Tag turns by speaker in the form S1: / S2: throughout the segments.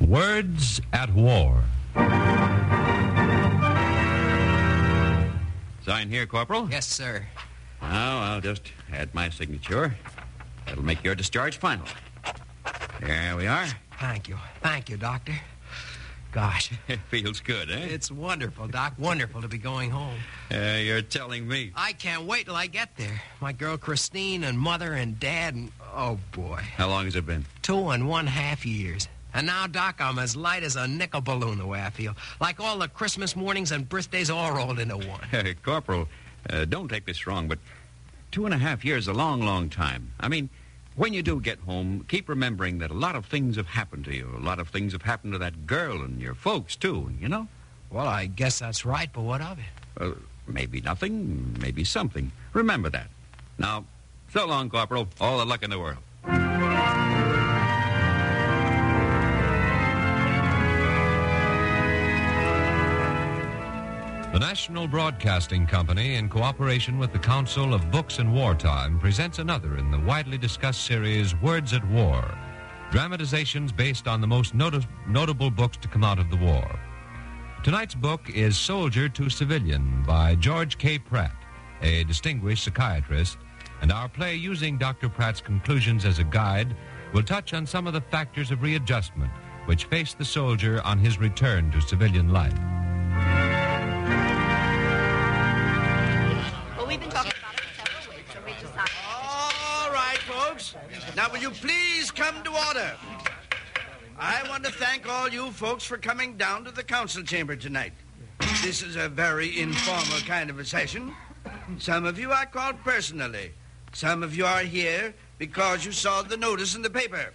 S1: Words at War. Sign here, Corporal.
S2: Yes, sir.
S1: Now I'll just add my signature. That'll make your discharge final. There we are.
S2: Thank you. Thank you, Doctor. Gosh,
S1: It feels good, eh?
S2: it's wonderful, Doc. Wonderful to be going home.
S1: Uh, you're telling me.
S2: I can't wait till I get there. My girl Christine and mother and dad and oh boy,
S1: How long has it been?
S2: two and one half years. And now, Doc, I'm as light as a nickel balloon the way I feel. Like all the Christmas mornings and birthdays all rolled into one.
S1: Corporal, uh, don't take this wrong, but two and a half years is a long, long time. I mean, when you do get home, keep remembering that a lot of things have happened to you. A lot of things have happened to that girl and your folks, too, you know?
S2: Well, I guess that's right, but what of it?
S1: Well, maybe nothing, maybe something. Remember that. Now, so long, Corporal. All the luck in the world.
S3: The National Broadcasting Company, in cooperation with the Council of Books in Wartime, presents another in the widely discussed series Words at War, dramatizations based on the most noti- notable books to come out of the war. Tonight's book is Soldier to Civilian by George K. Pratt, a distinguished psychiatrist, and our play, using Dr. Pratt's conclusions as a guide, will touch on some of the factors of readjustment which face the soldier on his return to civilian life.
S4: Well, we've been talking about it for several weeks, so we decided.
S5: All right, folks. Now, will you please come to order? I want to thank all you folks for coming down to the council chamber tonight. This is a very informal kind of a session. Some of you I called personally. Some of you are here because you saw the notice in the paper.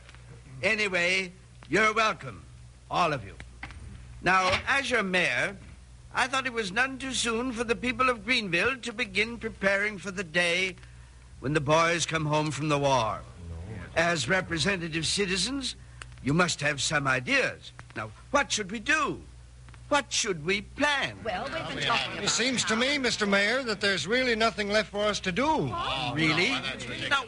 S5: Anyway, you're welcome, all of you. Now, as your mayor, I thought it was none too soon for the people of Greenville to begin preparing for the day when the boys come home from the war. As representative citizens, you must have some ideas. Now, what should we do? What should we plan?
S4: Well, we've been talking about
S6: It seems to me, Mr. Mayor, that there's really nothing left for us to
S5: Oh,
S6: do.
S5: really?
S6: Oh,
S5: now,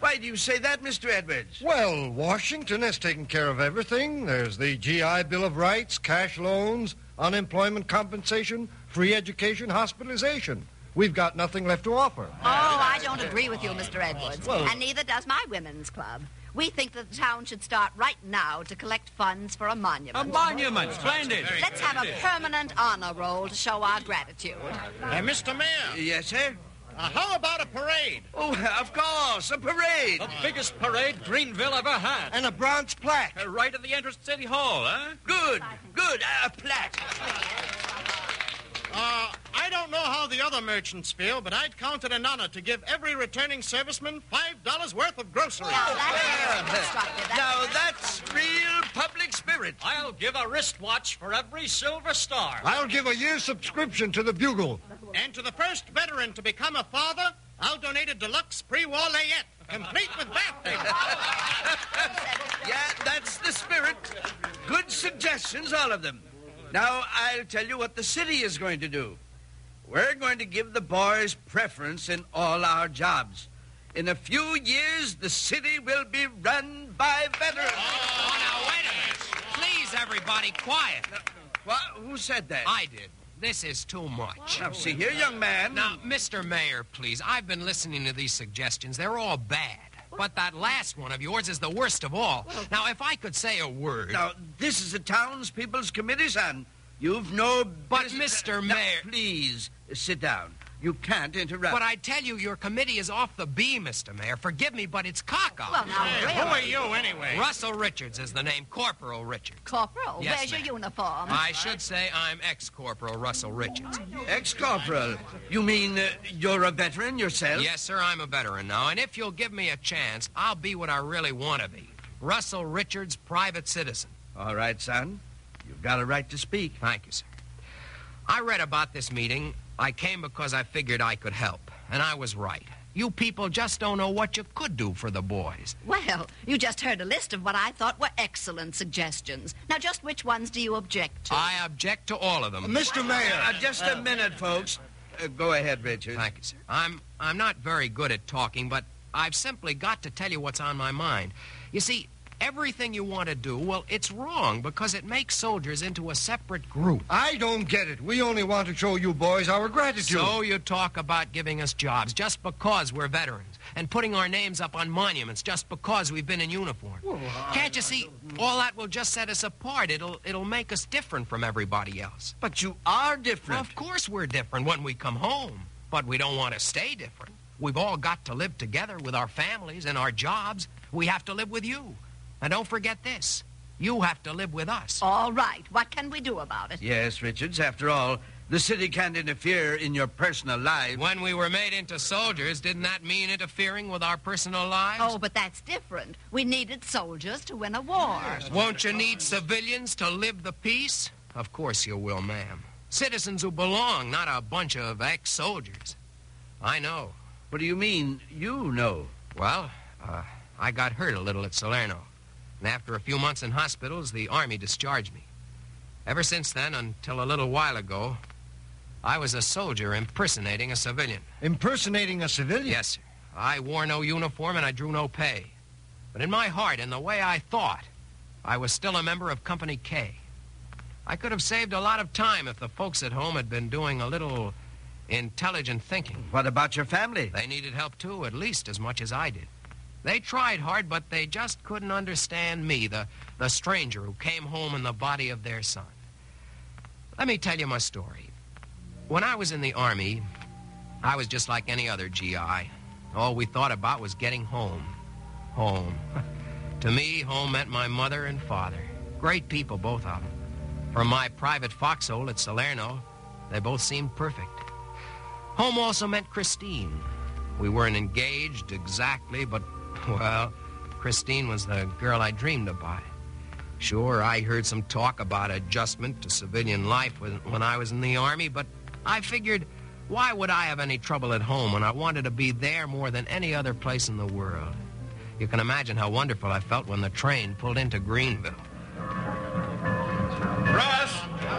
S5: why do you say that, Mr. Edwards?
S6: Well, Washington has taken care of everything. There's the GI Bill of Rights, cash loans, unemployment compensation, free education, hospitalization. We've got nothing left to offer.
S4: Oh, I don't agree with you, Mr. Edwards. and neither does my women's club. We think that the town should start right now to collect funds for a monument. A
S7: Monument, splendid.
S4: Let's have a permanent honor roll to show our gratitude.
S7: Mr. Mayor, Uh,
S5: Yes, sir?
S7: how about a parade?
S5: Oh, of course, a parade.
S7: The biggest parade Greenville ever had.
S6: And a bronze plaque.
S7: Uh, Right at the entrance to City Hall, huh?
S5: Good, good, a plaque.
S7: Uh, I don't know how the other merchants feel, but I'd count it an honor to give every returning serviceman $5 worth of groceries.
S4: Now, that's constructive. That's
S5: Now, that's real public spirit.
S7: I'll give a wristwatch for every silver star.
S6: I'll give a year's subscription to the Bugle.
S7: And to the first veteran to become a father, I'll donate a deluxe pre-war layette, complete with bath
S5: Yeah, that's the spirit. Good suggestions, all of them. Now, I'll tell you what the city is going to do. We're going to give the boys preference in all our jobs. In a few years, the city will be run by veterans.
S8: Oh, Now, wait a minute. Please, everybody, quiet.
S5: What? Who said that?
S2: I did. This is too much.
S5: Now, see here, young man.
S2: Now, Mr. Mayor, please, I've been listening to these suggestions. They're all bad. But that last one of yours is the worst of all. Now, if I could say a word.
S5: Now, this is the townspeople's committee, son. You've no
S2: But,
S5: business-
S2: Mr.
S5: Now,
S2: Mayor-
S5: please sit down. You can't interrupt.
S2: But I tell you, your committee is off the bee, Mr. Mayor. Forgive me, but it's cock
S4: well, now,
S7: Who
S4: really,
S7: are you, anyway?
S2: Russell Richards is the name, Corporal Richards.
S4: Corporal,
S2: Yes,
S4: where's your
S2: ma'am.
S4: uniform?
S2: I should say I'm ex Corporal Russell Richards.
S5: Ex corporal, you mean uh, you're a veteran yourself?
S2: Yes, sir, I'm a veteran now, and if you'll give me a chance, I'll be what I really want to be Russell Richards, private citizen.
S5: All right, son. You've got a right to speak.
S2: Thank you, sir. I read about this meeting. I came because I figured I could help, and I was right. You people just don't know what you could do for the boys.
S4: Well, you just heard a list of what I thought were excellent suggestions. Now, just which ones do you object to?
S2: I object to all of them.
S5: Mr. Mayor. Uh, just a minute, folks. Uh, go ahead, Richard.
S2: Thank you, sir. I'm I'm not very good at talking, but I've simply got to tell you what's on my mind. You see, everything you want to do, well, it's wrong because it makes soldiers into a separate group.
S6: I don't get it. We only want to show you boys our gratitude.
S2: So you talk about giving us jobs just because we're veterans and putting our names up on monuments just because we've been in uniform. Can't you see? All that will just set us apart. It'll it'll make us different from everybody else.
S5: But you are different.
S2: Of course we're different when we come home, but we don't want to stay different. We've all got to live together with our families and our jobs. We have to live with you. And don't forget this. You have to live with us.
S4: All right. What can we do about it?
S5: Yes, Richards. After all, the city can't interfere in your personal life.
S2: When we were made into soldiers, didn't that mean interfering with our personal lives?
S4: Oh, but that's different. We needed soldiers to win a war.
S2: Won't you need civilians to live the peace? Of course you will, ma'am. Citizens who belong, not a bunch of ex soldiers. I know.
S5: What do you mean, you know?
S2: Well, uh, I got hurt a little at Salerno. And after a few months in hospitals, the Army discharged me. Ever since then, until a little while ago, I was a soldier impersonating a civilian.
S6: Impersonating a civilian?
S2: Yes, sir. I wore no uniform and I drew no pay. But in my heart and the way I thought, I was still a member of Company K. I could have saved a lot of time if the folks at home had been doing a little intelligent thinking.
S5: What about your family?
S2: They needed help, too, at least as much as I did. They tried hard, but they just couldn't understand me, the, the stranger who came home in the body of their son. Let me tell you my story. When I was in the Army, I was just like any other GI. All we thought about was getting home. Home. to me, home meant my mother and father. Great people, both of them. From my private foxhole at Salerno, they both seemed perfect. Home also meant Christine. We weren't engaged exactly, but well, Christine was the girl I dreamed about. Sure, I heard some talk about adjustment to civilian life when, when I was in the Army, but I figured, why would I have any trouble at home when I wanted to be there more than any other place in the world? You can imagine how wonderful I felt when the train pulled into Greenville.
S9: Russ!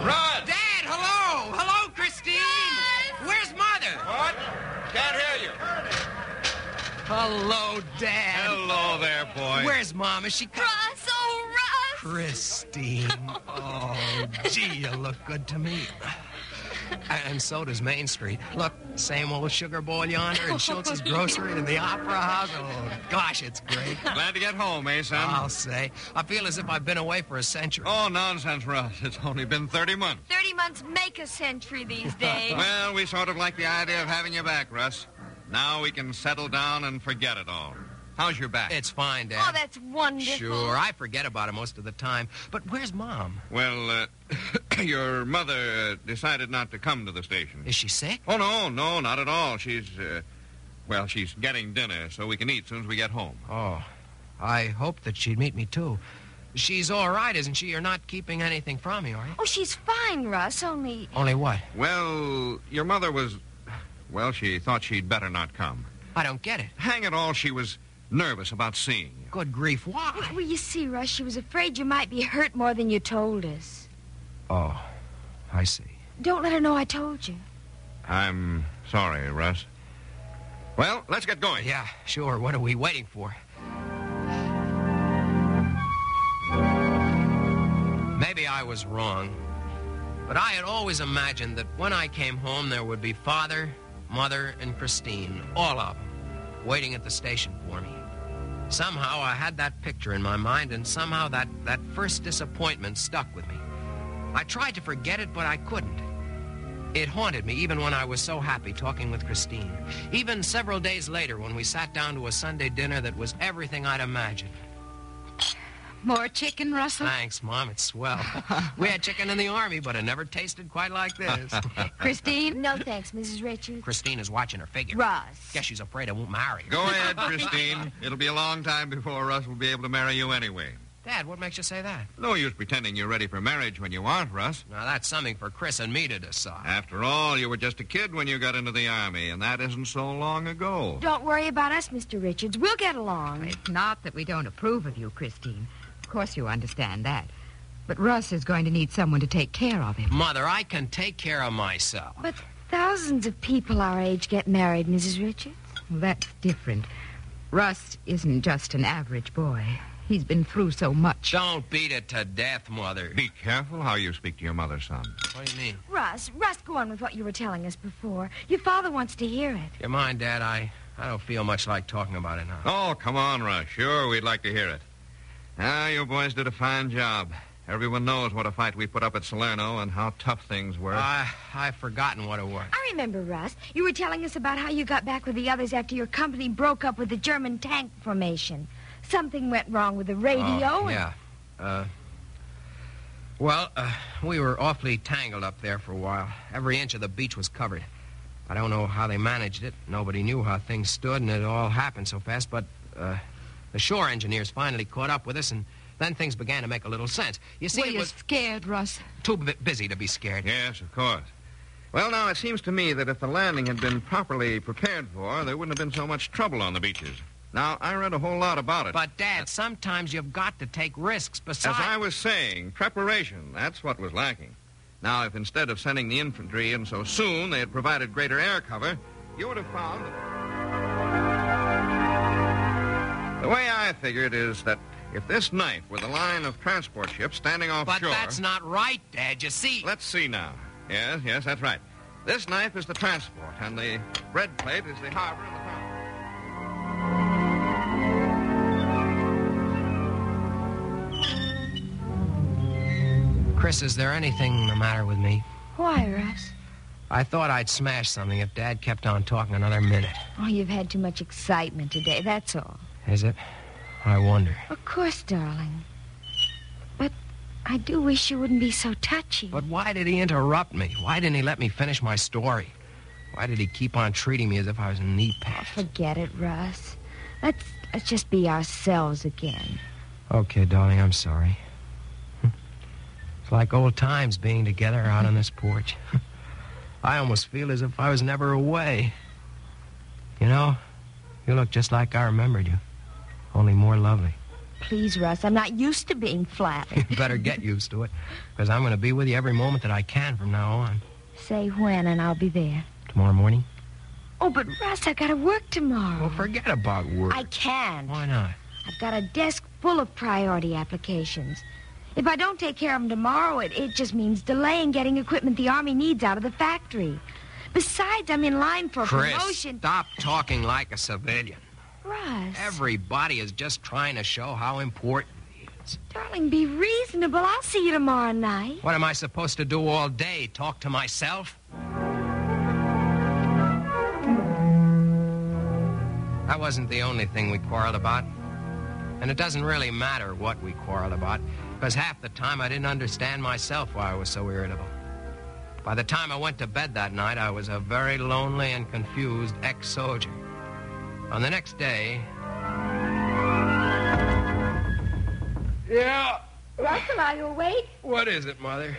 S9: Russ!
S8: Dad, hello! Hello, Christine! Where's Mother?
S9: What? Can't hear you.
S2: Hello, Dad.
S9: Hello there, boy.
S2: Where's Mom? Is she coming?
S4: Russ, oh, Russ!
S2: Christine. Oh, gee, you look good to me. And so does Main Street. Look, same old sugar bowl yonder and Schultz's grocery and the opera house. Oh, gosh, it's great.
S9: Glad to get home, eh, son?
S2: I'll say. I feel as if I've been away for a century.
S9: Oh, nonsense, Russ. It's only been 30 months.
S10: 30 months make a century these days.
S9: Well, we sort of like the idea of having you back, Russ. Now we can settle down and forget it all. How's your back?
S2: It's fine, Dad.
S10: Oh, that's wonderful.
S2: Sure, I forget about it most of the time. But where's Mom?
S9: Well, uh, your mother uh, decided not to come to the station.
S2: Is she sick?
S9: Oh, no, no, not at all. She's, uh, well, she's getting dinner so we can eat soon as we get home.
S2: Oh, I hoped that she'd meet me, too. She's all right, isn't she? You're not keeping anything from me, are you?
S10: Oh, she's fine, Russ, only.
S2: Only what?
S9: Well, your mother was. Well, she thought she'd better not come.
S2: I don't get it.
S9: Hang it all, she was nervous about seeing you.
S2: Good grief, why?
S10: Well, you see, Russ, she was afraid you might be hurt more than you told us.
S2: Oh, I see.
S10: Don't let her know I told you.
S9: I'm sorry, Russ. Well, let's get going.
S2: Yeah, sure. What are we waiting for? Maybe I was wrong, but I had always imagined that when I came home, there would be father, mother, and Christine, all of them, waiting at the station for me. Somehow I had that picture in my mind, and somehow that, that first disappointment stuck with me. I tried to forget it, but I couldn't. It haunted me even when I was so happy talking with Christine. Even several days later, when we sat down to a Sunday dinner that was everything I'd imagined.
S4: More chicken, Russell?
S2: Thanks, Mom. It's swell. we had chicken in the Army, but it never tasted quite like this.
S4: Christine?
S10: No, thanks, Mrs. Richards.
S2: Christine is watching her figure.
S4: Russ.
S2: Guess she's afraid I won't marry her.
S9: Go ahead, Christine. It'll be a long time before Russ will be able to marry you anyway.
S2: Dad, what makes you say that?
S9: No use pretending you're ready for marriage when you aren't, Russ.
S2: Now, that's something for Chris and me to decide.
S9: After all, you were just a kid when you got into the Army, and that isn't so long ago.
S10: Don't worry about us, Mr. Richards. We'll get along.
S11: It's not that we don't approve of you, Christine. Of course you understand that. But Russ is going to need someone to take care of him.
S2: Mother, I can take care of myself.
S10: But thousands of people our age get married, Mrs. Richards.
S11: Well, that's different. Russ isn't just an average boy. He's been through so much.
S2: Don't beat it to death, Mother.
S9: Be careful how you speak to your mother, son.
S2: What do you mean?
S10: Russ, Russ, go on with what you were telling us before. Your father wants to hear it.
S2: You mind, Dad? I, I don't feel much like talking about it now.
S9: Oh, come on, Russ. Sure, we'd like to hear it. Ah, you boys did a fine job. Everyone knows what a fight we put up at Salerno and how tough things were.
S2: I, I've forgotten what it was.
S10: I remember, Russ. You were telling us about how you got back with the others after your company broke up with the German tank formation. Something went wrong with the radio.
S2: Oh,
S10: and-
S2: yeah. Uh, well, uh, we were awfully tangled up there for a while. Every inch of the beach was covered. I don't know how they managed it. Nobody knew how things stood, and it all happened so fast. But uh, the shore engineers finally caught up with us, and then things began to make a little sense. You see,
S11: Were
S2: it
S11: you
S2: was
S11: scared, Russ?
S2: too bu- busy to be scared.
S9: Yes, of course. Well, now, it seems to me that if the landing had been properly prepared for, there wouldn't have been so much trouble on the beaches. Now, I read a whole lot about it.
S2: But, Dad, sometimes you've got to take risks.
S9: As
S2: Besides,
S9: I was saying, preparation, that's what was lacking. Now, if instead of sending the infantry in so soon, they had provided greater air cover, you would have found that. The way I figure it is that if this night were the line of transport ships standing offshore.
S2: but that's not right, Dad. You see.
S9: Let's see now. Yes, yes, that's right. This knife is the transport, and the red plate is the harbor and the town.
S2: Chris, is there anything the matter with me?
S10: Why, Russ?
S2: I thought I'd smash something if Dad kept on talking another minute.
S10: Oh, you've had too much excitement today, that's all.
S2: Is it? I wonder.
S10: Of course, darling. But I do wish you wouldn't be so touchy.
S2: But why did he interrupt me? Why didn't he let me finish my story? Why did he keep on treating me as if I was a knee pack?
S10: Forget it, Russ. Let's let's just be ourselves again.
S2: Okay, darling, I'm sorry. It's like old times being together out on this porch. I almost feel as if I was never away. You know, you look just like I remembered you, only more lovely.
S10: Please, Russ, I'm not used to being flattered.
S2: You better get used to it, because I'm going to be with you every moment that I can from now on.
S10: Say when and I'll be there.
S2: Tomorrow morning?
S10: Oh, but Russ, I gotta work tomorrow.
S2: Well, forget about work.
S10: I can't.
S2: Why not?
S10: I've got a desk full of priority applications. If I don't take care of them tomorrow, it, it just means delaying getting equipment the Army needs out of the factory. Besides, I'm in line for a
S2: Chris,
S10: promotion.
S2: stop talking like a civilian.
S10: Russ,
S2: Everybody is just trying to show how important.
S10: darling, be reasonable. I'll see you tomorrow night.
S2: What am I supposed to do all day? Talk to myself? That wasn't the only thing we quarreled about. And it doesn't really matter what we quarreled about, because half the time I didn't understand myself why I was so irritable. By the time I went to bed that night, I was a very lonely and confused ex soldier. On the next day, yeah.
S10: Russell, are you awake?
S2: What is it, Mother?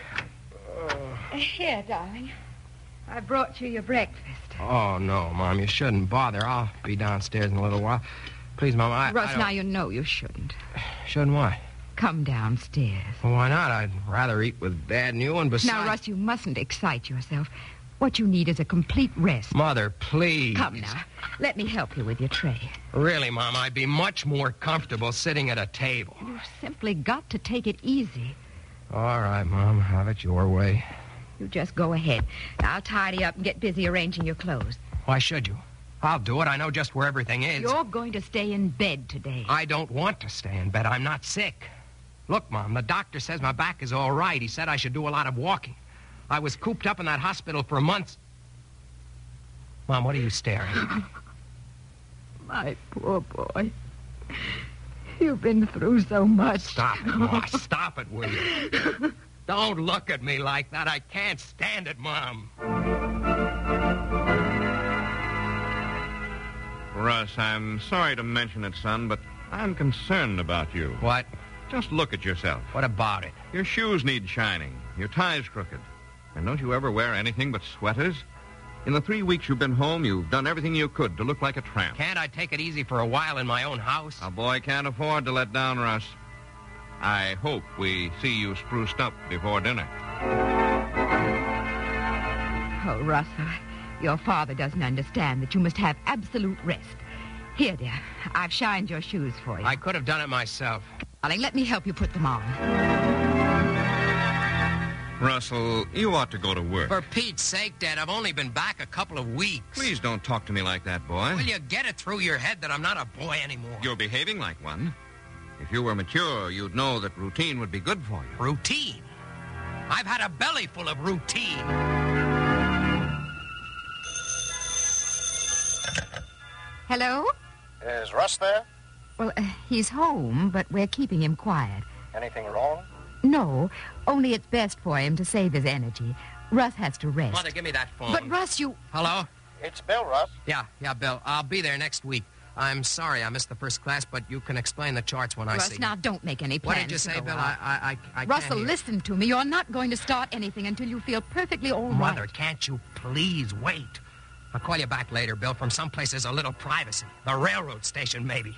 S10: Here, darling. I brought you your breakfast.
S2: Oh, no, Mom, you shouldn't bother. I'll be downstairs in a little while. Please, Mom, I.
S11: Russ,
S2: I
S11: now
S2: don't-
S11: you know you shouldn't.
S2: Shouldn't why?
S11: Come downstairs.
S2: Well, why not? I'd rather eat with Dad and you, and besides.
S11: Now, Russ, you mustn't excite yourself. What you need is a complete rest.
S2: Mother, please.
S11: Come now. Let me help you with your tray.
S2: Really, Mom, I'd be much more comfortable sitting at a table.
S11: You've simply got to take it easy.
S2: All right, Mom, have it your way.
S11: You just go ahead. I'll tidy up and get busy arranging your clothes.
S2: Why should you? I'll do it. I know just where everything is.
S11: You're going to stay in bed today.
S2: I don't want to stay in bed. I'm not sick. Look, Mom, the doctor says my back is all right. He said I should do a lot of walking. I was cooped up in that hospital for months. Mom, what are you staring at?
S11: My poor boy. You've been through so much. Oh.
S2: Stop it, Mom. Stop it, will you? Don't look at me like that. I can't stand it, Mom.
S9: Russ, I'm sorry to mention it, son, but I'm concerned about you.
S2: What?
S9: Just look at yourself.
S2: What about it?
S9: Your shoes need shining. Your tie's crooked. And don't you ever wear anything but sweaters? In the three weeks you've been home, you've done everything you could to look like a tramp.
S2: Can't I take it easy for a while in my own house?
S9: A boy can't afford to let down Russ. I hope we see you spruced up before dinner.
S11: Oh, Russell, your father doesn't understand that you must have absolute rest. Here, dear, I've shined your shoes for you.
S2: I could have done it myself.
S11: Darling, let me help you put them on.
S9: Russell, you ought to go to work.
S2: For Pete's sake, Dad, I've only been back a couple of weeks.
S9: Please don't talk to me like that, boy.
S2: Will you get it through your head that I'm not a boy anymore?
S9: You're behaving like one. If you were mature, you'd know that routine would be good for you.
S2: Routine? I've had a belly full of routine.
S11: Hello?
S12: Is Russ there?
S11: Well, uh, he's home, but we're keeping him quiet.
S12: Anything wrong?
S11: No, only it's best for him to save his energy. Russ has to rest.
S2: Mother, give me that phone.
S11: But, Russ, you.
S2: Hello?
S12: It's Bill, Russ.
S2: Yeah, yeah, Bill. I'll be there next week. I'm sorry I missed the first class, but you can explain the charts when I
S11: Russ,
S2: see. you.
S11: now don't make any
S2: What
S11: plans.
S2: did you
S11: to
S2: say,
S11: go
S2: Bill?
S11: out.
S2: I, I, I, I
S11: Russell,
S2: can't hear.
S11: listen to me. You're not going to start anything until you feel perfectly all right.
S2: Mother, can't you please wait? I'll call you back later, Bill, from someplace there's a little privacy. The railroad station, maybe.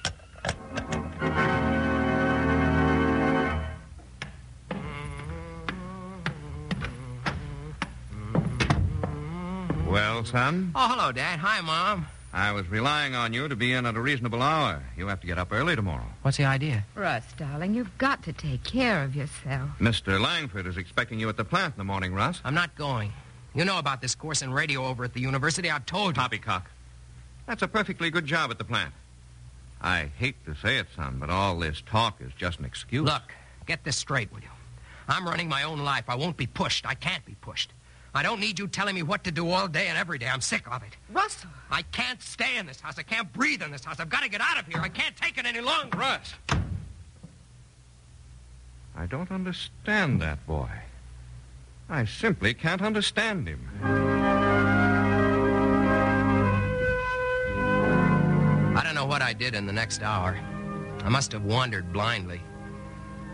S9: Well, son,
S2: Oh, hello, Dad. Hi, Mom.
S9: I was relying on you to be in at a reasonable hour. You have to get up early tomorrow.
S2: What's the idea?
S11: Russ, darling, you've got to take care of yourself.
S9: Mr. Langford is expecting you at the plant in the morning, Russ.
S2: I'm not going. You know about this course in radio over at the university. I've told you.
S9: Poppycock. That's a perfectly good job at the plant. I hate to say it, son, but all this talk is just an excuse.
S2: Look, get this straight, will you? I'm running my own life. I won't be pushed. I can't be pushed. I don't need you telling me what to do all day and every day. I'm sick of it.
S11: Russell.
S2: I can't stay in this house. I can't breathe in this house. I've got to get out of here. I can't take it any longer.
S9: Russ. I don't understand that boy. I simply can't understand him.
S2: I don't know what I did in the next hour. I must have wandered blindly.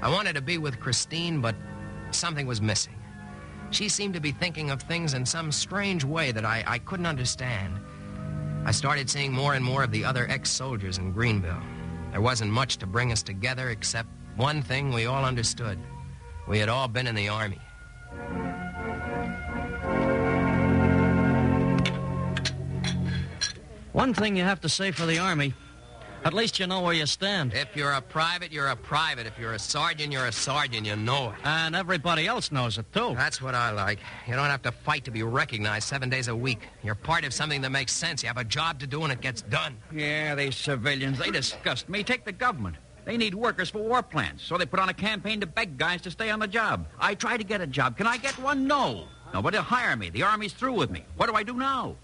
S2: I wanted to be with Christine, but something was missing. She seemed to be thinking of things in some strange way that I, I couldn't understand. I started seeing more and more of the other ex soldiers in Greenville. There wasn't much to bring us together except one thing we all understood we had all been in the Army.
S13: One thing you have to say for the Army at least you know where you stand.
S2: If you're a private, you're a private. If you're a sergeant, you're a sergeant. You know it.
S13: And everybody else knows it, too.
S2: That's what I like. You don't have to fight to be recognized seven days a week. You're part of something that makes sense. You have a job to do and it gets done.
S14: Yeah, these civilians, they disgust me. Take the government. They need workers for war plants, so they put on a campaign to beg guys to stay on the job. I try to get a job. Can I get one? No. Nobody will hire me. The Army's through with me. What do I do now?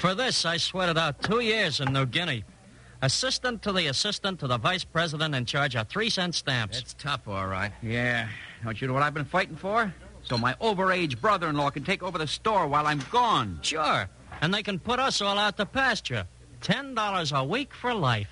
S13: For this, I sweated out two years in New Guinea. Assistant to the assistant to the vice president in charge of three cent stamps.
S2: It's tough, all right.
S14: Yeah. Don't you know what I've been fighting for? So my overage brother in law can take over the store while I'm gone.
S13: Sure. And they can put us all out to pasture. Ten dollars a week for life.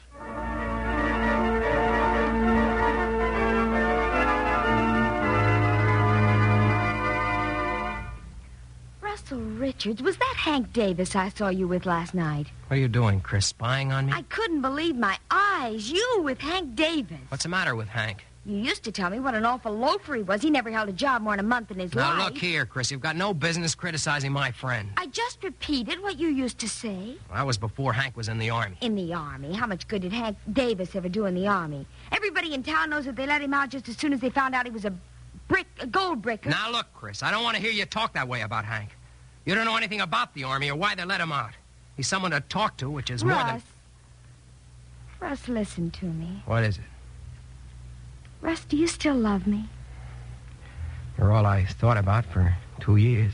S10: Russell Richards, was that Hank Davis I saw you with last night?
S2: What are you doing, Chris? Spying on me?
S10: I couldn't believe my eyes. You with Hank Davis.
S2: What's the matter with Hank?
S10: You used to tell me what an awful loafer he was. He never held a job more than a month in his
S2: Now,
S10: life.
S2: look here, Chris. You've got no business criticizing my friend.
S10: I just repeated what you used to say.
S2: That was before Hank was in the Army.
S10: In the Army. How much good did Hank Davis ever do in the Army? Everybody in town knows that they let him out just as soon as they found out he was a brick, a gold bricker.
S2: Now, look, Chris. I don't want to hear you talk that way about Hank. You don't know anything about the Army or why they let him out. He's someone to talk to, which is more than.
S10: Russ. Russ, listen to me.
S2: What is it?
S10: Russ, do you still love me?
S2: You're all I thought about for two years.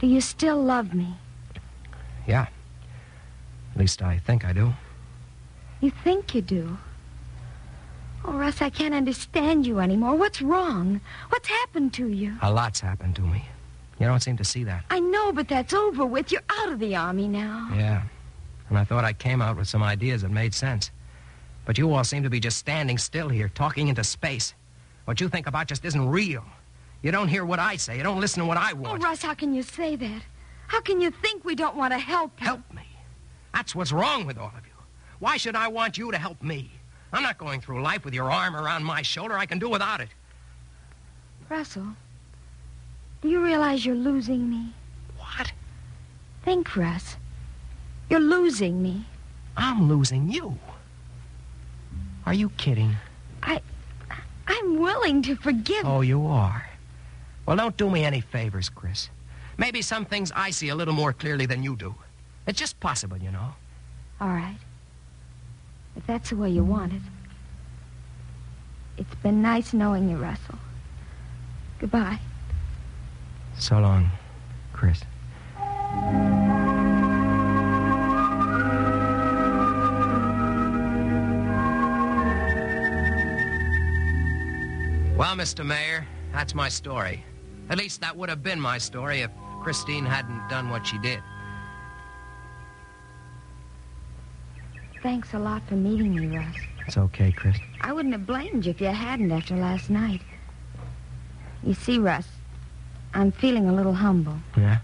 S10: Do you still love me?
S2: Yeah. At least I think I do.
S10: You think you do. Oh, Russ, I can't understand you anymore. What's wrong? What's happened to you?
S2: A lot's happened to me. You don't seem to see that.
S10: I know, but that's over with. You're out of the Army now.
S2: Yeah. And I thought I came out with some ideas that made sense. But you all seem to be just standing still here, talking into space. What you think about just isn't real. You don't hear what I say. You don't listen to what I want.
S10: Oh, Russ, how can you say that? How can you think we don't want to help you?
S2: Help me? That's what's wrong with all of you. Why should I want you to help me? I'm not going through life with your arm around my shoulder. I can do without it.
S10: Russell, do you realize you're losing me?
S2: What?
S10: Think, Russ. You're losing me.
S2: I'm losing you. Are you kidding?
S10: I. I'm willing to forgive.
S2: Oh, you are. Well, don't do me any favors, Chris. Maybe some things I see a little more clearly than you do. It's just possible, you know.
S10: All right. If that's the way you want it. It's been nice knowing you, Russell. Goodbye.
S2: So long, Chris. Well, Mr. Mayor, that's my story. At least that would have been my story if Christine hadn't done what she did.
S10: Thanks a lot for meeting me, Russ.
S2: It's okay, Chris.
S10: I wouldn't have blamed you if you hadn't after last night. You see, Russ, I'm feeling a little humble.
S2: Yeah?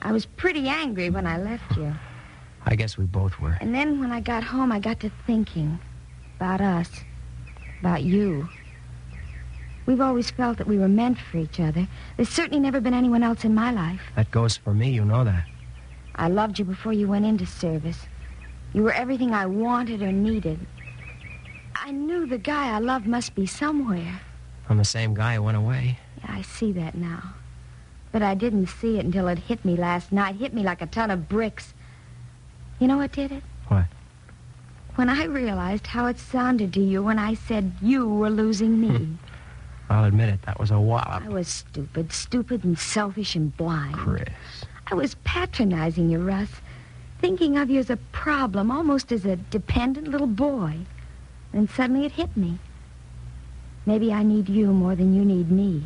S10: I was pretty angry when I left you.
S2: I guess we both were.
S10: And then when I got home, I got to thinking about us, about you. We've always felt that we were meant for each other. There's certainly never been anyone else in my life.
S2: That goes for me, you know that.
S10: I loved you before you went into service. You were everything I wanted or needed. I knew the guy I loved must be somewhere.
S2: I'm the same guy who went away.
S10: Yeah, I see that now. But I didn't see it until it hit me last night. Hit me like a ton of bricks. You know what did it?
S2: What?
S10: When I realized how it sounded to you when I said you were losing me.
S2: I'll admit it, that was a wallop.
S10: I was stupid, stupid and selfish and blind.
S2: Chris.
S10: I was patronizing you, Russ. Thinking of you as a problem, almost as a dependent little boy. And suddenly it hit me. Maybe I need you more than you need me.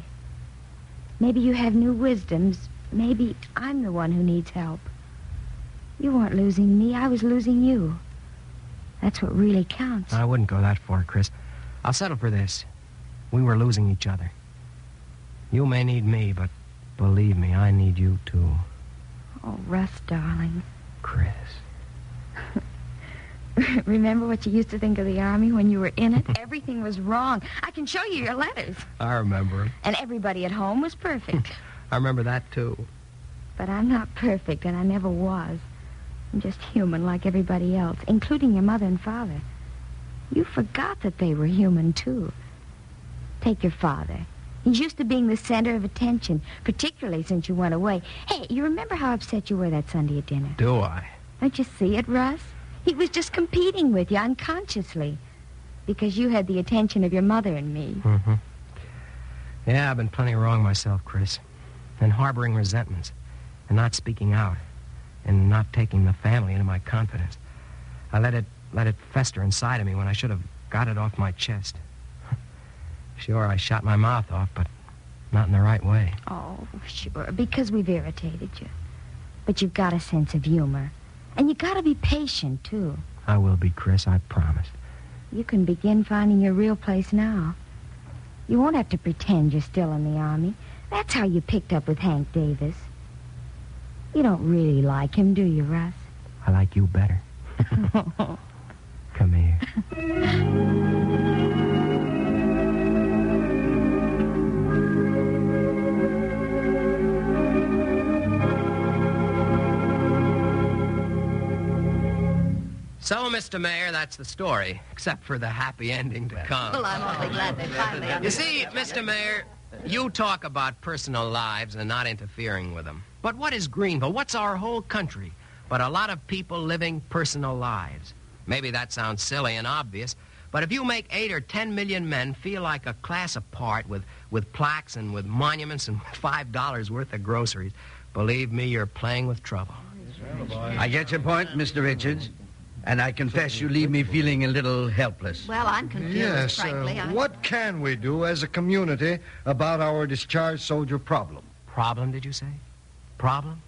S10: Maybe you have new wisdoms. Maybe I'm the one who needs help. You weren't losing me, I was losing you. That's what really counts.
S2: I wouldn't go that far, Chris. I'll settle for this. We were losing each other. You may need me, but believe me, I need you too,
S10: Oh, Russ, darling.
S2: Chris.
S10: Remember what you used to think of the Army when you were in it? Everything was wrong. I can show you your letters.
S2: I remember him.
S10: And everybody at home was perfect.
S2: I remember that too.
S10: But I'm not perfect, and I never was. I'm just human like everybody else, including your mother and father. You forgot that they were human, too. Take your father. He's used to being the center of attention, particularly since you went away. Hey, you remember how upset you were that Sunday at dinner?
S2: Do I?
S10: Don't you see it, Russ? He was just competing with you unconsciously because you had the attention of your mother and me.
S2: Mm-hmm. Yeah, I've been plenty wrong myself, Chris. And harboring resentments. And not speaking out. And not taking the family into my confidence. I let it let it fester inside of me when I should have got it off my chest. Sure, I shot my mouth off, but not in the right way.
S10: Oh, sure, because we've irritated you. But you've got a sense of humor. And you gotta be patient, too.
S2: I will be, Chris, I promise.
S10: You can begin finding your real place now. You won't have to pretend you're still in the Army. That's how you picked up with Hank Davis. You don't really like him, do you, Russ?
S2: I like you better. Come here. So, Mr. Mayor, that's the story, except for the happy ending to come.
S4: Well, I'm awfully glad they finally
S2: Uh. You see, Mr. Mayor, you talk about personal lives and not interfering with them. But what is Greenville? What's our whole country? But a lot of people living personal lives. Maybe that sounds silly and obvious, but if you make eight or ten million men feel like a class apart with, with plaques and with monuments and five dollars worth of groceries, believe me, you're playing with trouble.
S5: I get your point, Mr. Richards. And I confess you leave me feeling a little helpless.
S4: Well, I'm confused,
S6: Yes. uh,
S4: frankly. I...
S6: What can we do as a community about our discharged soldier problem?
S2: Problem, did you say? Problem?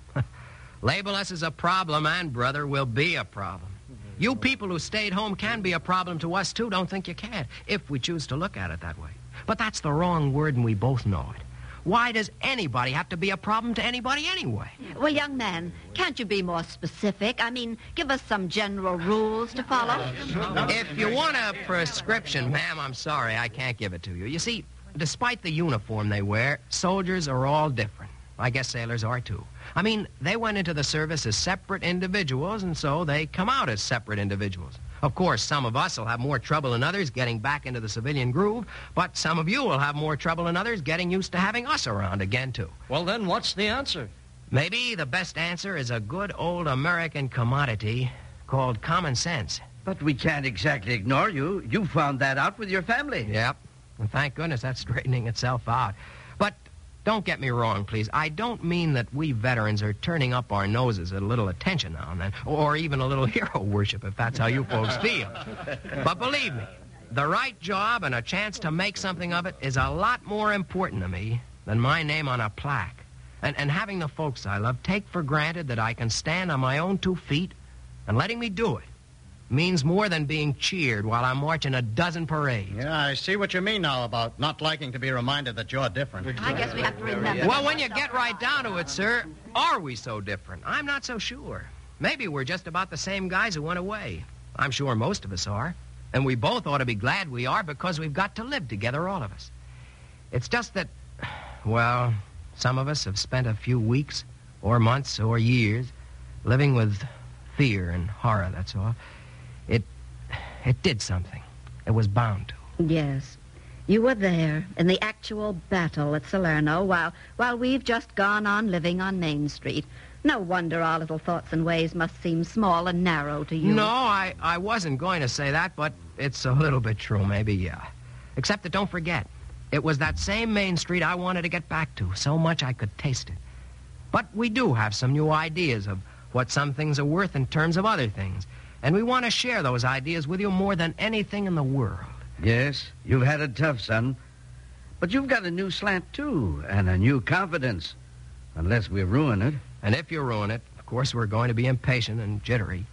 S2: Label us as a problem, and brother, we'll be a problem. You people who stayed home can be a problem to us, too. Don't think you can't, if we choose to look at it that way. But that's the wrong word, and we both know it. Why does anybody have to be a problem to anybody anyway?
S4: Well, young man, can't you be more specific? I mean, give us some general rules to follow.
S2: If you want a prescription, ma'am, I'm sorry, I can't give it to you. You see, despite the uniform they wear, soldiers are all different. I guess sailors are too. I mean, they went into the service as separate individuals, and so they come out as separate individuals. Of course, some of us will have more trouble than others getting back into the civilian groove, but some of you will have more trouble than others getting used to having us around again, too.
S13: Well, then, what's the answer?
S2: Maybe the best answer is a good old American commodity called common sense.
S5: But we can't exactly ignore you. You found that out with your family.
S2: Yep. And thank goodness that's straightening itself out. But don't get me wrong, please. I don't mean that we veterans are turning up our noses at a little attention now and then, or even a little hero worship, if that's how you folks feel. But believe me, the right job and a chance to make something of it is a lot more important to me than my name on a plaque. And, and having the folks I love take for granted that I can stand on my own two feet and letting me do it means more than being cheered while I'm marching a dozen parades.
S7: Yeah, I see what you mean now about not liking to be reminded that you're different.
S4: I guess we have to remember.
S2: Well, when you get right down to it, sir, are we so different? I'm not so sure. Maybe we're just about the same guys who went away. I'm sure most of us are. And we both ought to be glad we are because we've got to live together, all of us. It's just that, well, some of us have spent a few weeks or months or years living with fear and horror, that's all. It it did something. It was bound to.
S15: Yes. You were there in the actual battle at Salerno while, while we've just gone on living on Main Street. No wonder our little thoughts and ways must seem small and narrow to you.
S2: No, I, I wasn't going to say that, but it's a little bit true, maybe, yeah. Except that don't forget, it was that same Main Street I wanted to get back to, so much I could taste it. But we do have some new ideas of what some things are worth in terms of other things, and we want to share those ideas with you more than anything in the world.
S5: Yes, you've had it tough, son. But you've got a new slant, too, and a new confidence. Unless we ruin it.
S2: And if you ruin it, of course, we're going to be impatient and jittery.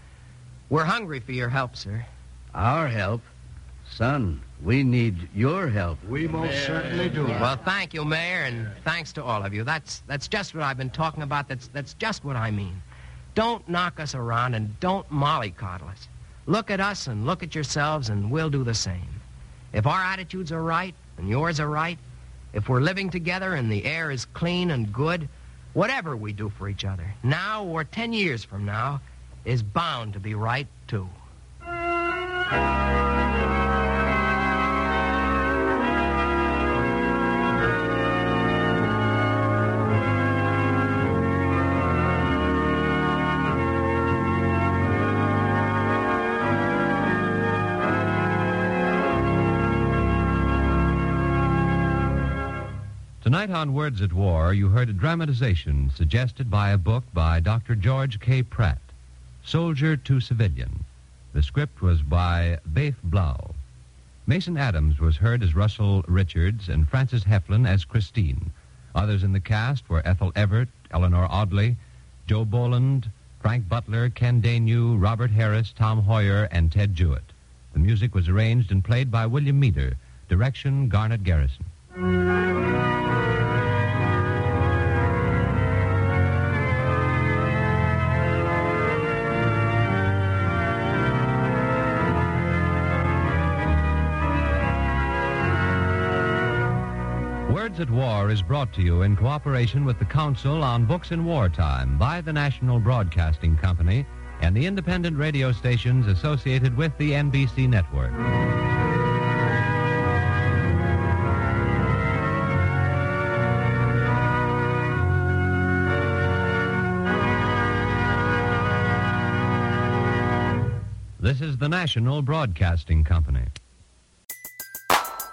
S2: We're hungry for your help, sir.
S5: Our help? Son, we need your help.
S16: We most certainly do.
S2: Well, thank you, Mayor, and thanks to all of you. That's, that's just what I've been talking about. That's, that's just what I mean. Don't knock us around and don't mollycoddle us. Look at us and look at yourselves, and we'll do the same. If our attitudes are right and yours are right, if we're living together and the air is clean and good, whatever we do for each other, now or ten years from now, is bound to be right, too.
S3: Tonight on Words at War, you heard a dramatization suggested by a book by Dr. George K. Pratt, Soldier to Civilian. The script was by Beif Blau. Mason Adams was heard as Russell Richards and Frances Heflin as Christine. Others in the cast were Ethel Everett, Eleanor Audley, Joe Boland, Frank Butler, Ken Danew, Robert Harris, Tom Hoyer, and Ted Jewett. The music was arranged and played by William Meader. Direction Garnet Garrison. Words at War is brought to you in cooperation with the Council on Books in Wartime by the National Broadcasting Company and the independent radio stations associated with the NBC network. This is the National Broadcasting Company.